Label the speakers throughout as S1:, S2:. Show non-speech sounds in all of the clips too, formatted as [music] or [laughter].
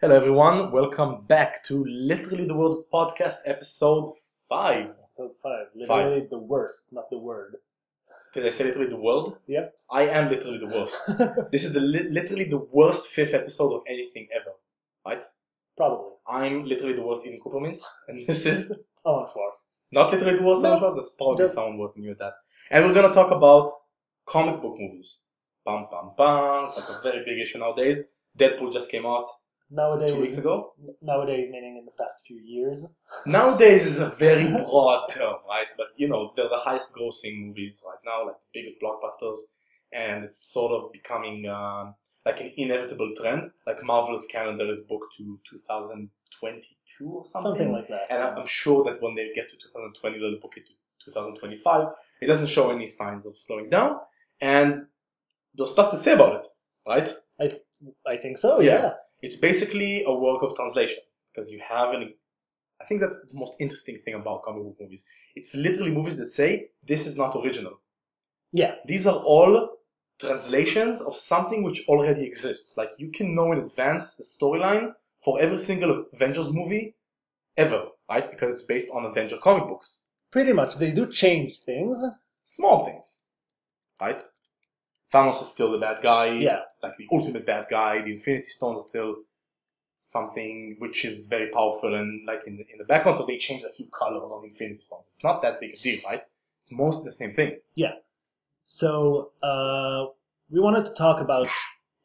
S1: Hello, everyone. Welcome back to Literally the World podcast, episode five.
S2: Episode five. Literally the worst, not the word.
S1: Did I say literally the world?
S2: Yeah.
S1: I am literally the
S2: [laughs]
S1: worst. this is the li- literally the worst fifth episode of anything ever. Right?
S2: Probably.
S1: I'm literally the worst in Coopermints, and this is
S2: Alan Schwartz.
S1: not literally the worst.
S2: No.
S1: No. That's probably
S2: Just-
S1: someone worse than you at that. And we're gonna talk about comic book movies. Bam, bam, bam. It's like a very big issue nowadays. Deadpool just came out two weeks
S2: Nowadays,
S1: ago.
S2: nowadays meaning in the past few years.
S1: Nowadays is a very broad term, right? But you know, they're the highest grossing movies right now, like the biggest blockbusters, and it's sort of becoming um like an inevitable trend. Like Marvel's calendar is booked to 2022 or something.
S2: Something like that.
S1: and I'm I'm sure that when they get to 2020, they'll book it to 2025. It doesn't show any signs of slowing down, and there's stuff to say about it, right?
S2: I think so,
S1: Yeah.
S2: yeah.
S1: it's basically a work of translation because you have an i think that's the most interesting thing about comic book movies it's literally movies that say this is not original
S2: Yeah.
S1: these are all translations of something which already exists like you can know in advance the storyline for every single avengers movie ever right because it's based on avenger comic books
S2: Pretty much. They do change things.
S1: small things right thanos is still the bad guy
S2: Yeah.
S1: like the ultimate bad guy. The Infinity Stones are still something which is very powerful and like in the, in the background. So they changed a few colors on the Infinity Stones. It's not that big a deal, right? It's mostly the same thing.
S2: So uh, we wanted to talk about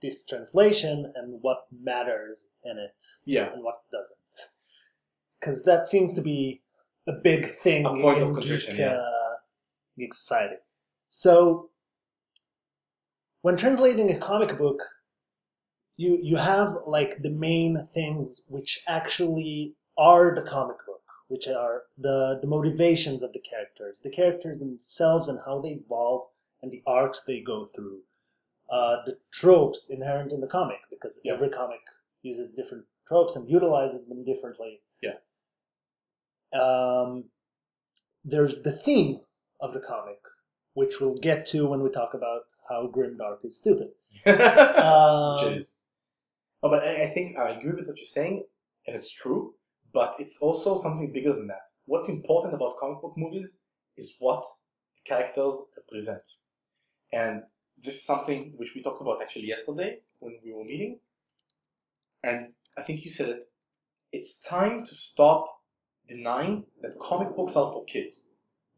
S2: this translation and what matters in it
S1: [laughs] Yeah,
S2: and what doesn't. Because that seems to be a big thing
S1: A point
S2: in
S1: of contention,
S2: geek,
S1: yeah.
S2: uh, geek society. So, when translating a comic book, you you have like the main things which actually are the comic book, which are the the motivations of the characters, the characters themselves, and how they evolve, and the arcs they go through, uh, the tropes inherent in the comic, because
S1: Yeah.
S2: every comic uses different tropes and utilizes them differently.
S1: Yeah.
S2: Um, there's the theme of the comic, which we'll get to when we talk about how Grimdark is
S1: [laughs]
S2: stupid. Um,
S1: which it is. Oh, but I, I think I agree with what you're saying, and it's true. But it's also something bigger than that. What's important about comic book movies is what the characters represent, and this is something which we talked about actually yesterday when we were meeting. And I think you said it. It's time to stop denying that comic books are for kids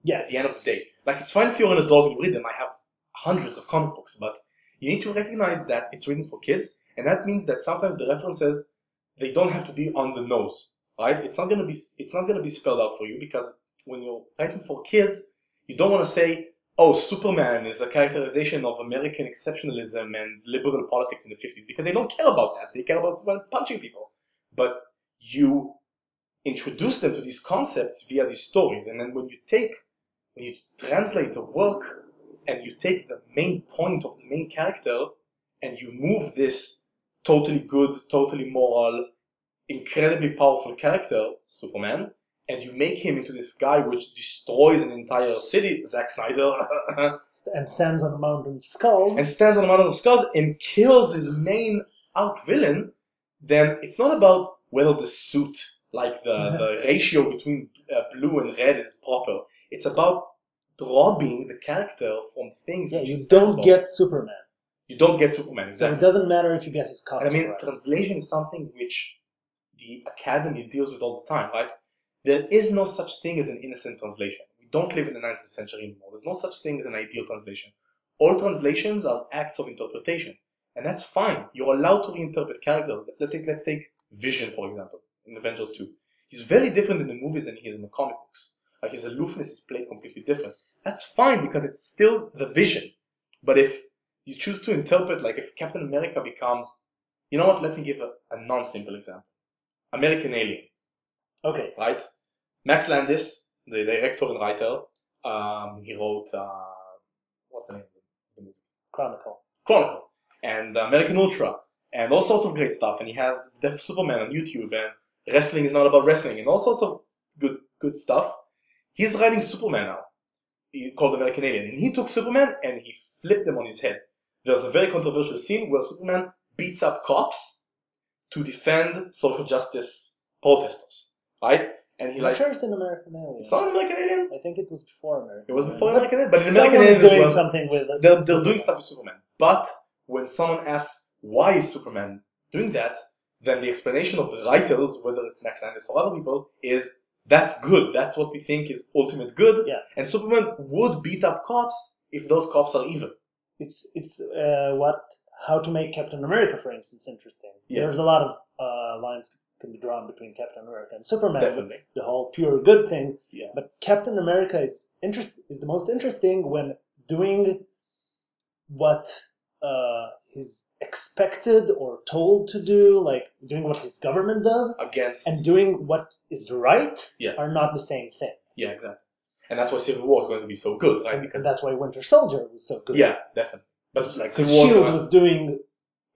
S2: yeah,
S1: at the end of the day. Like it's fine if you're an adult and you read them. I have hundreds of comic books, but you need to recognize that it's written for kids, and that means that sometimes the references they don't have to be on the nose, right? It's not gonna be it's not gonna be spelled out for you because when you're writing for kids, you don't want to say, "Oh, Superman is a characterization of American exceptionalism and liberal politics in the '50s," because they don't care about that. They care about Superman punching people, but you introduce them to these concepts via these stories, and then when you take when you translate the work and you take the main point of the main character and you move this totally good, totally moral, incredibly powerful character, Superman, and you make him into this guy which destroys an entire city, Zack Snyder, [laughs]
S2: st- and stands on a mountain of skulls.
S1: and stands on a mountain of skulls and kills his main arc villain, then it's not about whether the suit, like the,
S2: [laughs]
S1: the ratio between uh, blue and red, is proper. It's about robbing the character from things.
S2: yeah,
S1: which
S2: you
S1: he stands
S2: don't
S1: for.
S2: get Superman,
S1: You don't get Superman.
S2: so it
S1: Exactly.
S2: doesn't matter if you get his
S1: And I
S2: costume.
S1: mean, um,
S2: right.
S1: translation is something which the academy deals with all the time, right? There is no such thing as an innocent translation. We don't live in the 19th century anymore. There's no such thing as an ideal translation. All translations are acts of interpretation, and that's fine. You're allowed to reinterpret characters. Let's take, let's take Vision, for example, in Avengers 2. He's very different in the movies than he is in the comic books. Like his aloofness is played completely different. That's fine because it's still the vision. But if you choose to interpret, like if Captain America becomes you know what? Let me give a, a non simple example. American Alien,
S2: okay,
S1: right? Max Landis, the director and writer, um, he wrote, uh, what's the name of the movie?
S2: Chronicle.
S1: Chronicle and American Ultra and all sorts of great stuff. And he has the Superman on YouTube and wrestling is not about wrestling and all sorts of good good stuff. He's writing Superman now, he- called American Alien, and he took Superman and he flipped them on his head. There's a very controversial scene where Superman beats up cops to defend social justice protesters, right? And he
S2: I'm not
S1: like
S2: sure it's an American Alien.
S1: it's not an American Alien.
S2: I think it was before American.
S1: It was
S2: Alien.
S1: before
S2: But
S1: American Alien, but in
S2: someone
S1: American
S2: is
S1: Alien as
S2: doing
S1: well,
S2: something with it.
S1: they're, they're doing stuff with Superman. But when someone asks why is Superman doing that, then the explanation of the writers, whether it's Max Landis or other people, is that's good. That's what we think is ultimate good.
S2: Yeah.
S1: And Superman would beat up cops if those cops are evil.
S2: It's it's uh, what how to make Captain America, for instance, interesting.
S1: Yeah.
S2: There's a lot of uh, lines can be drawn between Captain America and Superman. with
S1: Definitely.
S2: The whole pure good thing.
S1: Yeah.
S2: But Captain America is interest is the most interesting when doing what uh, he's expected or told to do, like doing what his government does,
S1: Against
S2: and doing what is right
S1: Yeah.
S2: are not the same thing.
S1: yeah, exactly. And that's why Civil War is going to be so good, right? Because
S2: and that's why Winter Soldier was so good.
S1: yeah, definitely. But it's like Civil War is
S2: Shield
S1: gonna-
S2: E was doing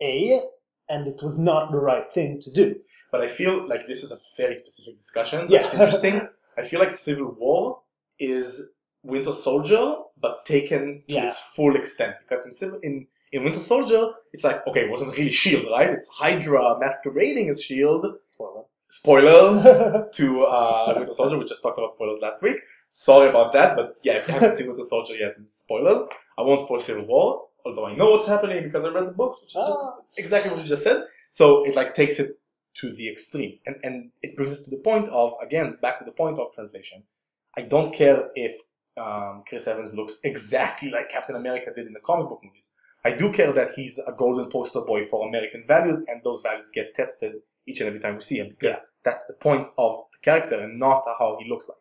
S2: A, and it was not the right thing to do.
S1: But I feel like this is a very specific discussion.
S2: Yeah.
S1: Yeah. It's interesting. I feel like Civil War is Winter Soldier, but taken to
S2: Yeah.
S1: its full extent. Because in, Civil, in in Winter Soldier, it's like, okay, it wasn't really S.H.I.E.L.D., E right? It's Hydra masquerading as S.H.I.E.L.D. [laughs]
S2: Spoiler.
S1: E Spoiler to uh, Winter Soldier. We just talked about spoilers last week. Sorry about that, but yeah, if you haven't seen Winter Soldier yet, spoilers. I won't spoil Civil War, although I know what's happening because I read the books, which is
S2: [laughs] Ah.
S1: exactly what you just said. So it like takes it to the extreme, and and it brings us to the point of again back to the point of translation. I don't care if um, Chris Evans looks exactly like Captain America did in the comic book movies. I do care that he's a golden poster boy for American values, and those values get tested each and every time we see him because that's the point of the character and not how he looks like.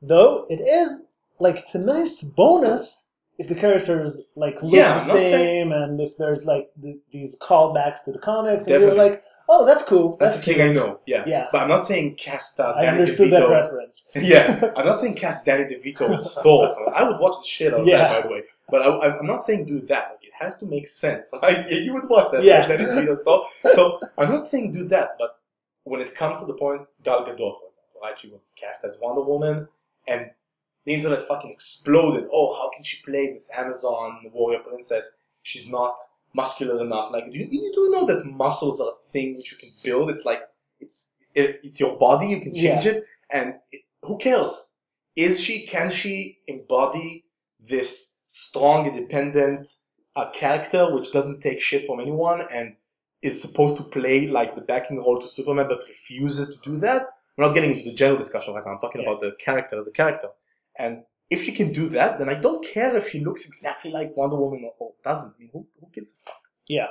S2: Though it is like it's a nice bonus if the characters like look
S1: Yeah,
S2: the
S1: I'm not saying-
S2: same, and if there's like th- these callbacks to the comics, and
S1: Definitely.
S2: you're like, oh, that's cool.
S1: That's, the thing I
S2: cute.
S1: know. Yeah.
S2: Yeah.
S1: But I'm not saying cast uh,
S2: I
S1: Danny
S2: understood that
S1: DeVito.
S2: [laughs] reference.
S1: yeah, I'm not saying cast Danny DeVito
S2: [laughs]
S1: as Thor. So I would watch the shit out of
S2: Yeah.
S1: that, by the way. But I, I'm- I'm not saying do that. Like, it has to make sense. [laughs] Like, yeah, you would watch that.
S2: Yeah.
S1: Danny DeVito as Thor. So I'm not saying do that. But when it comes to the point, Gal Gadot, for example, right? She was cast as Wonder Woman, and the internet fucking exploded. Oh, how can she play this Amazon warrior princess? She's not muscular enough. Like, do you, you do know that muscles are a thing which you can build? It's like it's it, it's your body. You can change it, and it, who cares? Is she? Can she embody this strong, independent uh, character which doesn't take shit from anyone and is supposed to play like the backing role to Superman but refuses to do that? We're not getting into the general discussion right now. I'm talking
S2: Yeah.
S1: about the character as a character. And if she can do that, then I don't care if she looks exactly like Wonder Woman or, or doesn't. I mean, who, who gives a fuck?
S2: Yeah.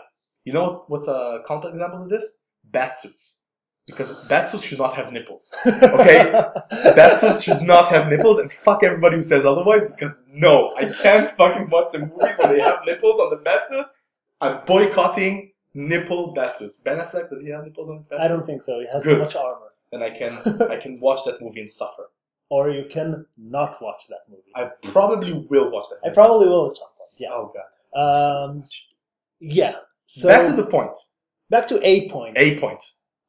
S1: You know what- what's a counter example to this? Batsuits. Because batsuits should not have
S2: [laughs]
S1: nipples. Okay. Batsuits should not have nipples, and fuck everybody who says otherwise, because no, I can't fucking watch the movies where they have nipples on the batsuit. I'm boycotting nipple batsuits. Ben Affleck, does he have nipples on his batsuit?
S2: I don't think so. It has too
S1: Good.
S2: much armor.
S1: Then I
S2: [laughs]
S1: can, I can watch that movie and suffer.
S2: Or you can not watch that movie.
S1: I probably will watch that
S2: I
S1: movie.
S2: probably will at some point. Yeah.
S1: oh, God.
S2: Um, yeah. So
S1: back to the point.
S2: back to a point.
S1: A point.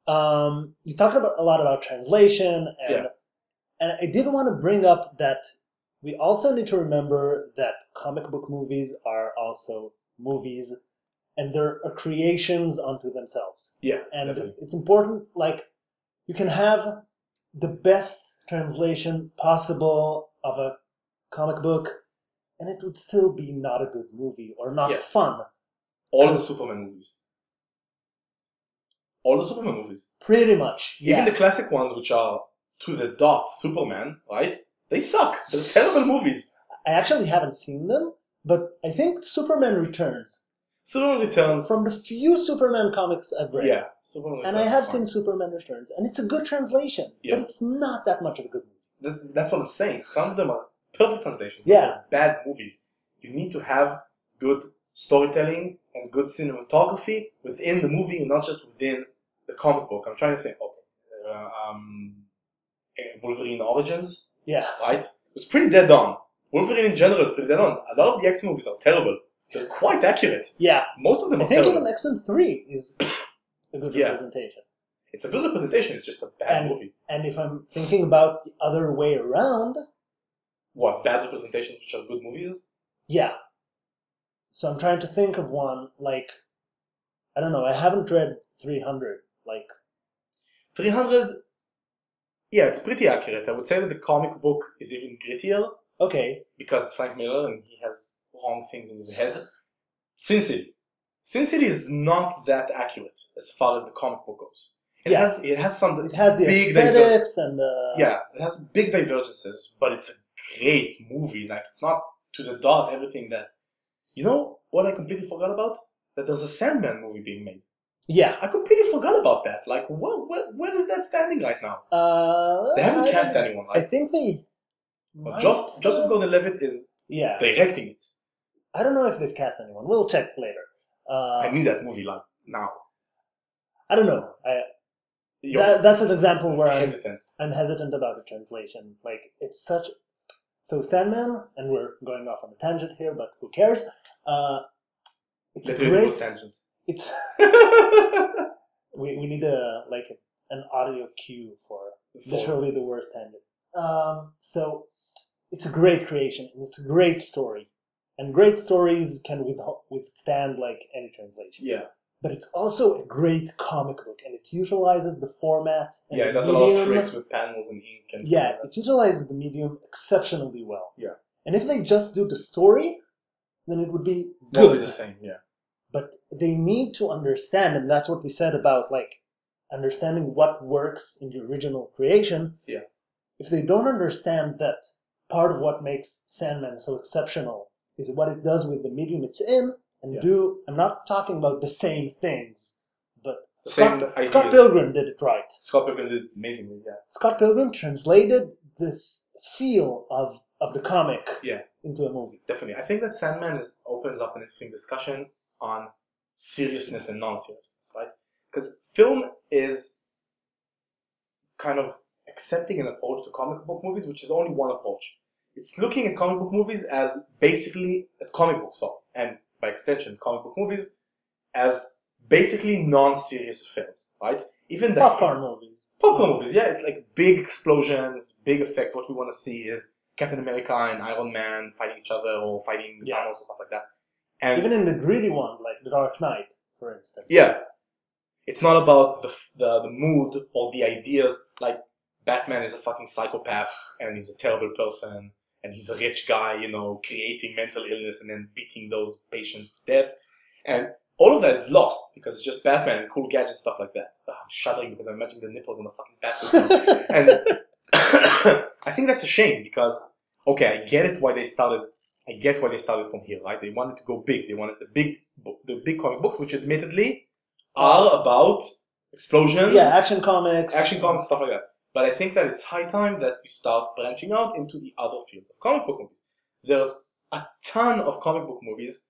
S2: Um, you talked about a lot about translation, and
S1: Yeah.
S2: and I did want to bring up that we also need to remember that comic book movies are also movies, and they're creations unto themselves.
S1: Yeah.
S2: And
S1: definitely.
S2: it's important, like you can have the best translation possible of a comic book, and it would still be not a good movie or not
S1: Yeah.
S2: fun.
S1: all the Superman movies. All the Superman movies.
S2: Pretty much, yeah.
S1: Even the classic ones, which are to the dot Superman, right? They suck. They're terrible movies.
S2: I actually haven't seen them, but I think Superman Returns
S1: Superman Returns.
S2: from the few Superman comics I've read.
S1: Yeah, Superman Returns.
S2: And I have
S1: is
S2: seen
S1: fine.
S2: Superman Returns, and it's a good translation,
S1: Yeah.
S2: but it's not that much of a good movie.
S1: Th- That's what I'm saying. Some of them are perfect translations.
S2: Yeah.
S1: they're Bad movies. You need to have good storytelling and good cinematography within the movie and not just within the comic book. I'm trying to think. Okay. Uh, um, eh, Wolverine Origins.
S2: Yeah,
S1: right? It was pretty dead on. Wolverine in general is pretty dead on. A lot of the X movies are terrible. They're quite accurate.
S2: yeah.
S1: Most of them
S2: I
S1: are
S2: think
S1: terrible.
S2: even X Men Three is a good
S1: Yeah.
S2: representation.
S1: It's a good representation. It's just a bad
S2: And-
S1: movie.
S2: And if I'm thinking about the other way around,
S1: What bad representations, which are good movies?
S2: yeah. So I'm trying to think of one like I don't know. I haven't read 300. Like,
S1: 300, yeah, it's pretty accurate. I would say that the comic book is even grittier
S2: okay,
S1: because it's Frank Miller and he has wrong things in his head. Sin City. Sin City is not that accurate as far as the comic book goes. It
S2: Yeah.
S1: has it has some
S2: it has the
S1: big diver-
S2: aesthetics and the
S1: yeah, it has big divergences, but it's a great movie. Like it's not to the dot everything that you know what I completely forgot about? That there's a Sandman movie being made.
S2: yeah.
S1: I completely forgot about that. Like wha where, where is that standing right now?
S2: Uh,
S1: They haven't
S2: I-
S1: cast anyone
S2: I
S1: like
S2: think they.
S1: Well,
S2: might
S1: Just, Joseph
S2: have-
S1: Gordon-Levitt is
S2: Yeah,
S1: directing it.
S2: I don't know if they've cast anyone. We'll check later. Uh,
S1: I need that movie like now.
S2: I don't know. I,
S1: You're
S2: that, that's an example where I'm,
S1: hesitant.
S2: I'm hesitant about the translation. Like it's such. So Sandman, and we're going off on a tangent here, but who cares? Uh, it's a
S1: That really
S2: great.
S1: was
S2: [laughs]
S1: tangent.
S2: It's we, we need a like an audio cue for literally the worst ending. Um, so it's a great creation and it's a great story, and great stories can with, withstand like any translation.
S1: Yeah,
S2: But it's also a great comic book, and it utilizes the format. And
S1: yeah.
S2: the
S1: It does a lot of
S2: medium.
S1: tricks with panels and ink and stuff
S2: Yeah,
S1: like that.
S2: it utilizes the medium exceptionally well.
S1: Yeah.
S2: And if they just do the story, then it would be
S1: That'll be
S2: good
S1: the same. Yeah.
S2: but they need to understand and that's what we said about like understanding what works in the original creation
S1: Yeah.
S2: if they don't understand that part of what makes sandman so exceptional is what it does with the medium it's in and
S1: Yeah.
S2: do i'm not talking about the same things but
S1: The
S2: scott,
S1: same
S2: scott
S1: ideas.
S2: pilgrim did it right
S1: Scott Pilgrim did amazingly. Yeah.
S2: scott pilgrim translated this feel of of the comic
S1: Yeah.
S2: into a movie
S1: Definitely. I think that Sandman is, opens up an interesting discussion on seriousness and non-seriousness, right? Because film is kind of accepting an approach to comic book movies, which is only one approach. It's looking at comic book movies as basically a comic book song, and by extension, comic book movies as basically non-serious affairs, right? Even the
S2: popcorn movies
S1: popcorn movies. Yeah, it's like big explosions, big effects. What we want to see is Captain America and Iron Man fighting each other or fighting
S2: Yeah.
S1: Thanos or stuff like that. And
S2: even in the greedy ones like the dark knight for instance
S1: yeah, it's not about the, f- the the mood or the ideas. Like Batman is a fucking psychopath and he's a terrible person and he's a rich guy, you know, creating mental illness and then beating those patients to death. And all of that is lost because it's just Batman and cool gadgets stuff like that. Ah, I'm shuddering because I'm imagining the nipples on the fucking Batsuit. now.
S2: [laughs]
S1: and [coughs] I think that's a shame because okay, I get it why they started. I get why they started from here, right? They wanted to go big. They wanted the big, bo- the big comic books, which admittedly are about explosions,
S2: Yeah, action comics.
S1: action comics, stuff like that. But I think that it's high time that we start branching out into the other fields of comic book movies. There's a ton of comic book movies,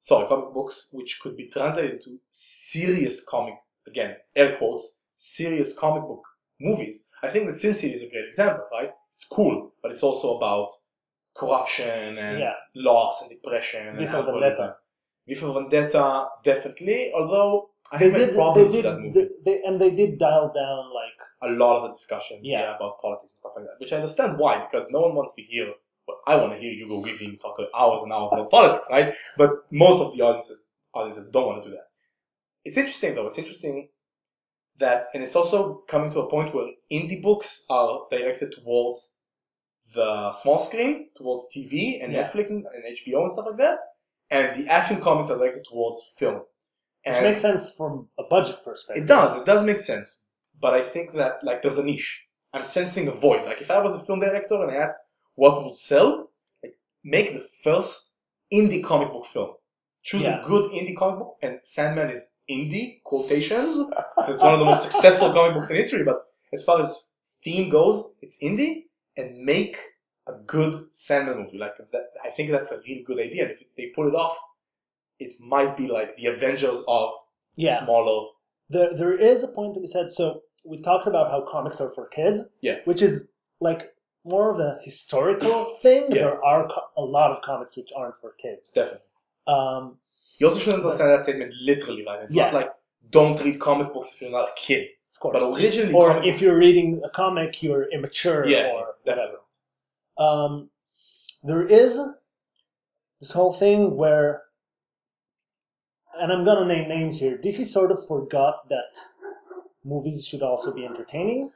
S1: sorry, comic books, which could be translated into serious comic, again, air quotes, serious comic book movies. I think that Sin City is a great example, right? It's cool, but it's also about corruption and
S2: Yeah.
S1: loss and depression and
S2: V for
S1: alcoholism.
S2: Vendetta.
S1: V for Vendetta, definitely, although I
S2: They
S1: have
S2: did, they
S1: problems
S2: did,
S1: with that movie
S2: they, they- and they did dial down like
S1: a lot of the discussions
S2: Yeah.
S1: yeah. about politics and stuff like that, which I understand why, because no one wants to hear. Well, I want to hear Hugo Weaving talk hours and hours about politics, right? But most of the audiences audiences don't want to do that. It's interesting though. It's interesting that, and it's also coming to a point where indie books are directed towards the small screen, towards TV and
S2: Yeah.
S1: Netflix and, and HBO and stuff like that, and the action comics are directed towards film.
S2: which
S1: And-
S2: makes sense from a budget perspective.
S1: it does. It does make sense. But I think that like there's a niche. I'm sensing a void. Like if I was a film director and I asked what would sell, like make the first indie comic book film. Choose
S2: Yeah.
S1: a good indie comic book, and Sandman is indie quotations. it's one of the most
S2: [laughs]
S1: successful comic books in history. But as far as theme goes, it's indie, and make a good Sandman movie. Like that, I think that's a really good idea. And if they pull it off, it might be like the Avengers of
S2: Yeah,
S1: smaller
S2: there, there is a point to be said. So we talked about how comics are for kids.
S1: Yeah.
S2: which is like more of a
S1: [coughs]
S2: historical thing.
S1: Yeah.
S2: There are co- a lot of comics which aren't for kids.
S1: Definitely.
S2: Um,
S1: You also shouldn't understand that statement literally, right? It's
S2: Yeah.
S1: not like don't read comic books if you're not a kid.
S2: of course.
S1: But originally,
S2: or
S1: comic
S2: if
S1: books-
S2: you're reading a comic, you're immature.
S1: yeah,
S2: or whatever.
S1: definitely.
S2: um, there is this whole thing where and I'm gonna name names here. DC sort of forgot that movies should also be entertaining.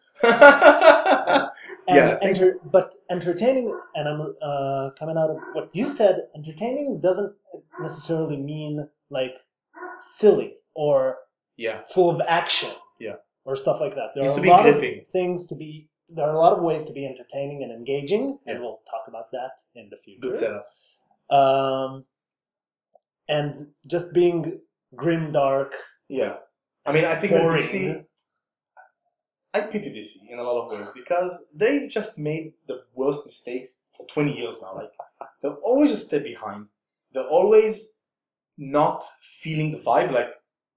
S1: yeah,
S2: And
S1: Yeah, I think-
S2: enter, but entertaining, and I'm uh, coming out of what you said. Entertaining doesn't necessarily mean like silly or
S1: [laughs] yeah,
S2: full of action,
S1: Yeah.
S2: or stuff like that. There
S1: Needs
S2: are
S1: to
S2: a
S1: be
S2: lot
S1: gripping.
S2: of things to be. There are a lot of ways to be entertaining and engaging, and
S1: Yeah.
S2: we'll talk about that in the future.
S1: good setup.
S2: Um, and just being grim, dark,
S1: Yeah, I mean, I think that
S2: boring.
S1: DC I pity DC in a lot of ways because they've just made the worst mistakes for 20 years now. Like, they're always a step behind. They're always not feeling the vibe. Like,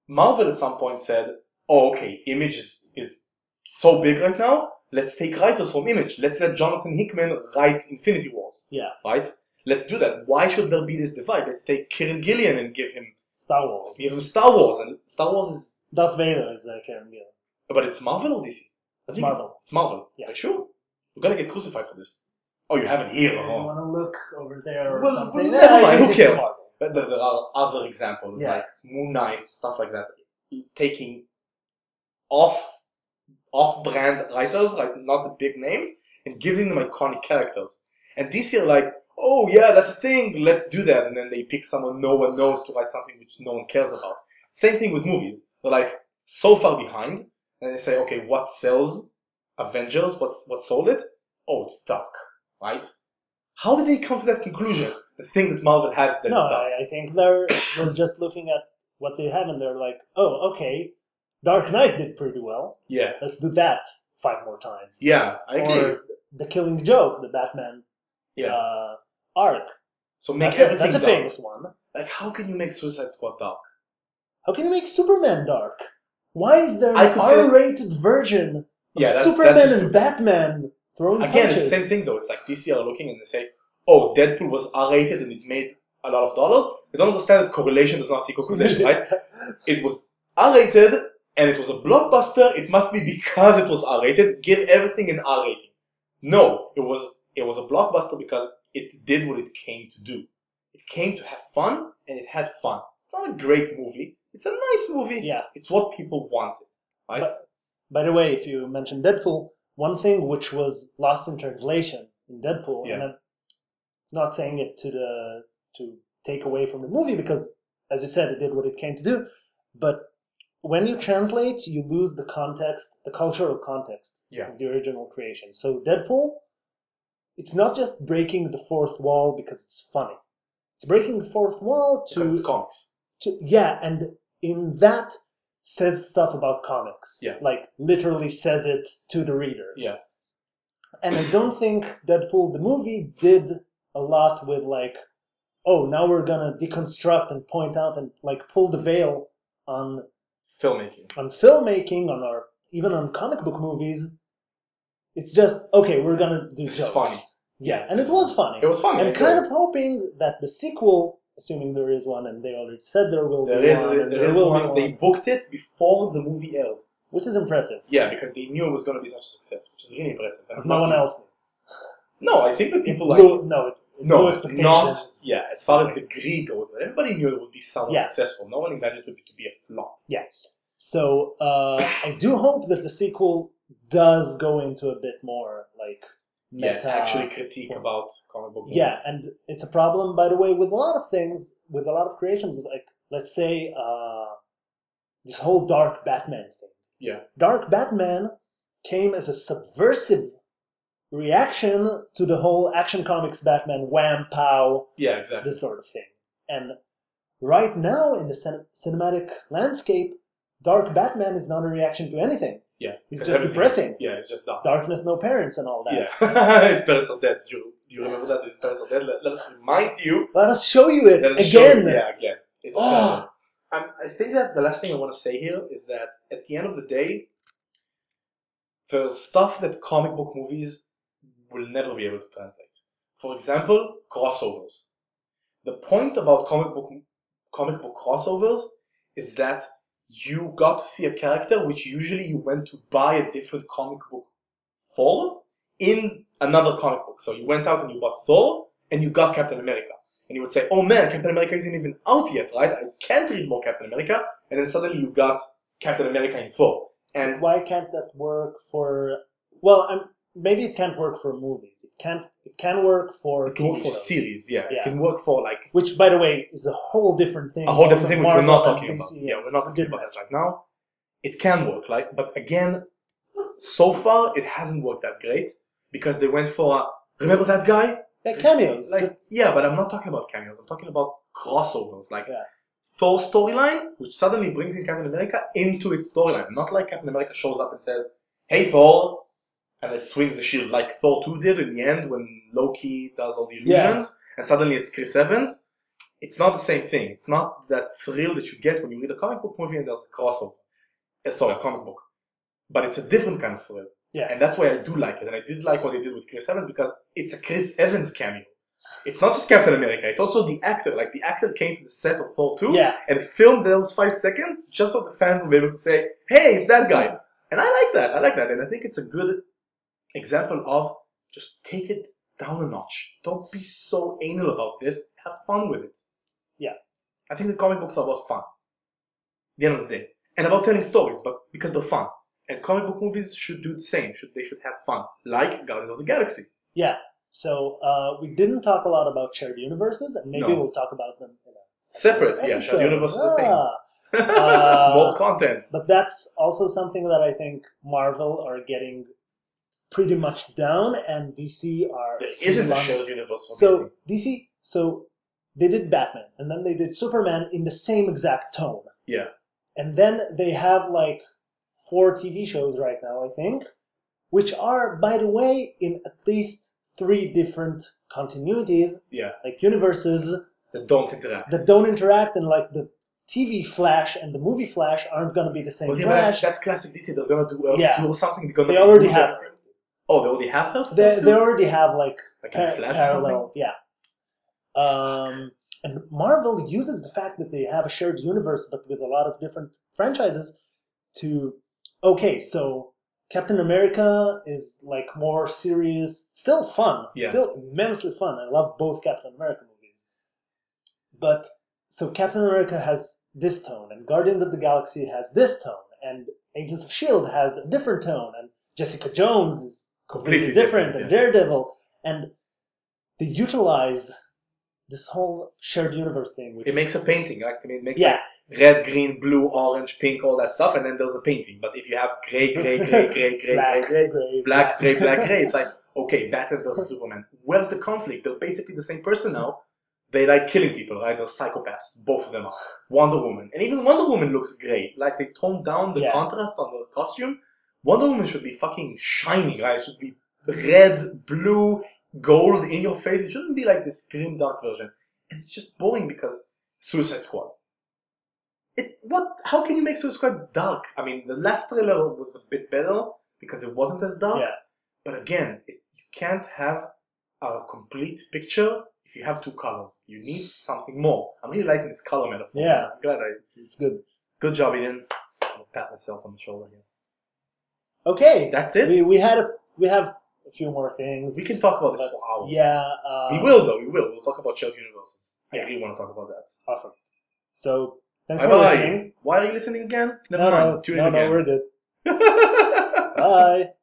S1: Marvel at some point said, oh, okay, Image is, is so big right now. Let's take writers from Image. Let's let Jonathan Hickman write Infinity Wars.
S2: Yeah.
S1: Right? Let's do that. Why should there be this divide? Let's take Kieran Gillian and give him
S2: Star Wars.
S1: give him Star Wars. And Star Wars is
S2: Darth Vader is uh, like Karen Gillan.
S1: but it's Marvel or DC? I
S2: It's
S1: think
S2: Marvel.
S1: It's Marvel.
S2: Yeah.
S1: Are you sure? We're gonna get crucified for this. Oh, you have it here.
S2: You
S1: Oh.
S2: want to look over there or
S1: Well,
S2: something?
S1: well, never
S2: Yeah,
S1: mind,
S2: it
S1: who
S2: is
S1: cares?
S2: Marvel.
S1: But there, there are other examples
S2: Yeah.
S1: like Moon Knight, stuff like that. Taking off off-brand writers, like not the big names, and giving them iconic characters. And DC are like, oh yeah, that's a thing. Let's do that. And then they pick someone no one knows to write something which no one cares about. Same thing with movies. They're like so far behind, and they say, okay, what sells Avengers? What's what sold it? Oh, it's Dark, right? How did they come to that conclusion? The thing that Marvel has that is
S2: No,
S1: Dark.
S2: I, I think they're they're just looking at what they have and they're like, oh, okay, Dark Knight did pretty well.
S1: Yeah,
S2: Let's do that five more times.
S1: yeah, I agree.
S2: Or the Killing Joke, the Batman
S1: Yeah.
S2: uh, arc.
S1: so make
S2: That's a,
S1: everything
S2: that's a
S1: dark.
S2: famous one.
S1: Like, how can you make Suicide Squad dark?
S2: How can you make Superman dark? Why is there
S1: I
S2: an
S1: could say-
S2: R-rated version of
S1: Yeah, that's- that's
S2: Superman
S1: just
S2: and
S1: stupid.
S2: Batman throwing
S1: Again, it's
S2: punches?
S1: the same thing though. It's like DC are looking and they say, "Oh, Deadpool was R-rated and it made a lot of dollars." They don't understand that correlation does not equal
S2: [laughs]
S1: causation, right? It was R-rated and it was a blockbuster. It must be because it was R-rated. Give everything an R rating. No, it was it was a blockbuster because it did what it came to do. It came to have fun, and it had fun. It's not a great movie. It's a nice movie.
S2: Yeah.
S1: It's what people wanted, right?
S2: But- By the way, if you mentioned Deadpool, one thing which was lost in translation in Deadpool, and
S1: Yeah.
S2: I'm not saying it to the to take away from the movie because, as you said, it did what it came to do. But when you translate, you lose the context, the cultural context
S1: Yeah.
S2: of the original creation. So Deadpool, it's not just breaking the fourth wall because it's funny. It's breaking the fourth wall to
S1: because it's comics.
S2: to, yeah, and in that says stuff about comics.
S1: Yeah.
S2: Like literally says it to the reader.
S1: Yeah.
S2: And I don't think Deadpool the movie did a lot with like, oh, now we're gonna deconstruct and point out and like pull the veil on
S1: Filmmaking.
S2: on filmmaking, on our even on comic book movies. It's just okay, we're gonna do
S1: This is
S2: jokes.
S1: funny.
S2: Yeah, and it was funny.
S1: It was fun.
S2: I'm kind of hoping that the sequel, assuming there is one, and they already said there will
S1: There
S2: be
S1: is
S2: one, and
S1: there is
S2: will
S1: one.
S2: be
S1: They booked it before the movie aired.
S2: which is impressive
S1: Yeah, because they knew it was going to be such a success, which is really impressive.
S2: because no one else.
S1: No, I think that people like
S2: Blew- no, it blew
S1: no,
S2: expectations.
S1: not yeah. As far as the Greek or whatever, everybody knew it would be somewhat
S2: Yeah.
S1: successful. No one imagined it would be to be a flop.
S2: So uh, I do hope that the sequel does go into a bit more like
S1: Yeah,
S2: meta.
S1: actually critique about comic book movies.
S2: Yeah, and it's a problem, by the way, with a lot of things, with a lot of creations. Like, let's say uh, this whole Dark Batman thing.
S1: Yeah.
S2: Dark Batman came as a subversive reaction to the whole Action Comics Batman, wham, pow,
S1: yeah, exactly.
S2: this sort of thing. And right now, in the cin- cinematic landscape, Dark Batman is not a reaction to anything.
S1: Yeah,
S2: It's
S1: because
S2: just
S1: everything-
S2: depressing.
S1: Yeah, it's just dark.
S2: Darkness, no parents, and all that.
S1: Yeah, [laughs] his parents are dead. Do you, do you remember that his parents are dead? Let, let us remind you
S2: Let us show you it
S1: That is
S2: again.
S1: so- yeah, again. It's,
S2: Oh.
S1: uh, I'm- I think that the last thing I want to say here is that at the end of the day, the stuff that comic book movies will never be able to translate. For example, crossovers. The point about comic book comic book crossovers is that you got to see a character which usually you went to buy a different comic book for in another comic book. So you went out and you bought Thor and you got Captain America. and you would say, oh man, Captain America isn't even out yet, right? I can't read more Captain America. And then suddenly you got Captain America in full. And
S2: Why can't that work for? Well, I'm, maybe it can't work for movies. It can't. It can work for
S1: it can work
S2: TV
S1: for
S2: shows.
S1: series, yeah. It
S2: Yeah.
S1: can work for like
S2: Which, by the way, is a whole different thing.
S1: a whole
S2: from
S1: different thing which we're
S2: Marvel
S1: not
S2: and
S1: talking about.
S2: DC.
S1: Yeah, we're not talking
S2: Good
S1: about that right now. It can work, like, but again, so far it hasn't worked that great because they went for remember that guy?
S2: Yeah, cameos.
S1: Like,
S2: just-
S1: yeah, but I'm not talking about cameos. I'm talking about crossovers, like
S2: Yeah.
S1: Thor storyline, which suddenly brings in Captain America into its storyline. Not like Captain America shows up and says, "Hey Thor," and then swings the shield like Thor two did in the end when Loki does all the illusions,
S2: Yeah.
S1: and suddenly it's Chris Evans. It's not the same thing. It's not that thrill that you get when you read a comic book movie and there's a crossover. Uh, Sorry, a comic book. But it's a different kind of thrill.
S2: Yeah.
S1: And that's why I do like it. And I did like what they did with Chris Evans because it's a Chris Evans cameo. It's not just Captain America, it's also the actor. Like, the actor came to the set of Thor 2
S2: yeah,
S1: and filmed those five seconds just so the fans will be able to say, hey, it's that guy. And I like that. I like that. And I think it's a good example of just take it down a notch. Don't be so anal about this. Have fun with it.
S2: Yeah.
S1: I think the comic books are about fun. At the end of the day. And about telling stories, but because they're fun. And comic book movies should do the same. Should they should have fun. Like Guardians of the Galaxy.
S2: yeah. So uh, we didn't talk a lot about shared universes, and maybe
S1: No.
S2: we'll talk about them in a
S1: Separate, yeah, shared
S2: episode.
S1: universe is a thing.
S2: Ah. Uh,
S1: [laughs] More content.
S2: But that's also something that I think Marvel are getting pretty much down, and DC are.
S1: There isn't a
S2: fun-
S1: shared universe for
S2: So
S1: DC.
S2: DC, so they did Batman, and then they did Superman in the same exact tone.
S1: Yeah.
S2: And then they have like four TV shows right now, I think, which are, by the way, in at least three different continuities,
S1: Yeah.
S2: like universes
S1: That don't interact.
S2: that don't interact, and like the TV Flash and the movie Flash aren't going to be the same
S1: Well, yeah, but
S2: Flash.
S1: that's, that's classic DC. They're gonna do Earth
S2: Yeah.
S1: two or something. They're gonna
S2: They already
S1: do
S2: have
S1: that. Oh, they already have Earth.
S2: they,
S1: Earth
S2: they
S1: 2?
S2: already have like
S1: like
S2: par-
S1: in Flash or something.
S2: parallel, yeah. Um, and Marvel uses the fact that they have a shared universe, but with a lot of different franchises, to okay, so Captain America is like more serious, still fun,
S1: Yeah.
S2: still immensely fun. I love both Captain America movies, but so Captain America has this tone, and Guardians of the Galaxy has this tone, and Agents of Shield E has a different tone, and Jessica Jones is completely,
S1: Completely
S2: different,
S1: different,
S2: than Daredevil, and they utilize this whole shared universe thing. Which,
S1: It makes a painting. Like I mean, it makes
S2: yeah,
S1: like red, green, blue, orange, pink, all that stuff, and then there's a painting. But if you have gray, gray, gray, gray, gray, gray,
S2: black,
S1: gray,
S2: gray, gray,
S1: black, gray, black, gray, it's like okay, Batman versus Superman. Where's the conflict? They're basically the same person now. They like killing people, right? They're psychopaths. Both of them are. Wonder Woman, and even Wonder Woman looks great. Like they toned down the
S2: Yeah.
S1: contrast on the costume. Wonder Woman should be fucking shiny, right? It should be red, blue, gold in your face. It shouldn't be like this grim dark version. And it's just boring because Suicide Squad. It what? How can you make Suicide Squad dark? I mean, the last trailer was a bit better because it wasn't as dark.
S2: Yeah.
S1: But again, it, you can't have a complete picture if you have two colors. You need something more. I'm really liking this color metaphor.
S2: Yeah.
S1: I'm glad I
S2: It's good.
S1: Good job, Eden. Just gonna pat myself on the shoulder here.
S2: Okay,
S1: That's it.
S2: we
S1: We,
S2: we had a, we have a few more things.
S1: can talk about this
S2: But-
S1: for hours.
S2: Yeah, uh,
S1: we will though. We will. We'll talk about shared universes.
S2: Yeah.
S1: I really want to talk about that.
S2: Awesome. So thanks
S1: Bye
S2: for
S1: bye.
S2: listening.
S1: Why are you listening again? Never
S2: no,
S1: mind.
S2: no,
S1: Tune
S2: no,
S1: in
S2: no,
S1: again. [laughs]
S2: we're good. Bye.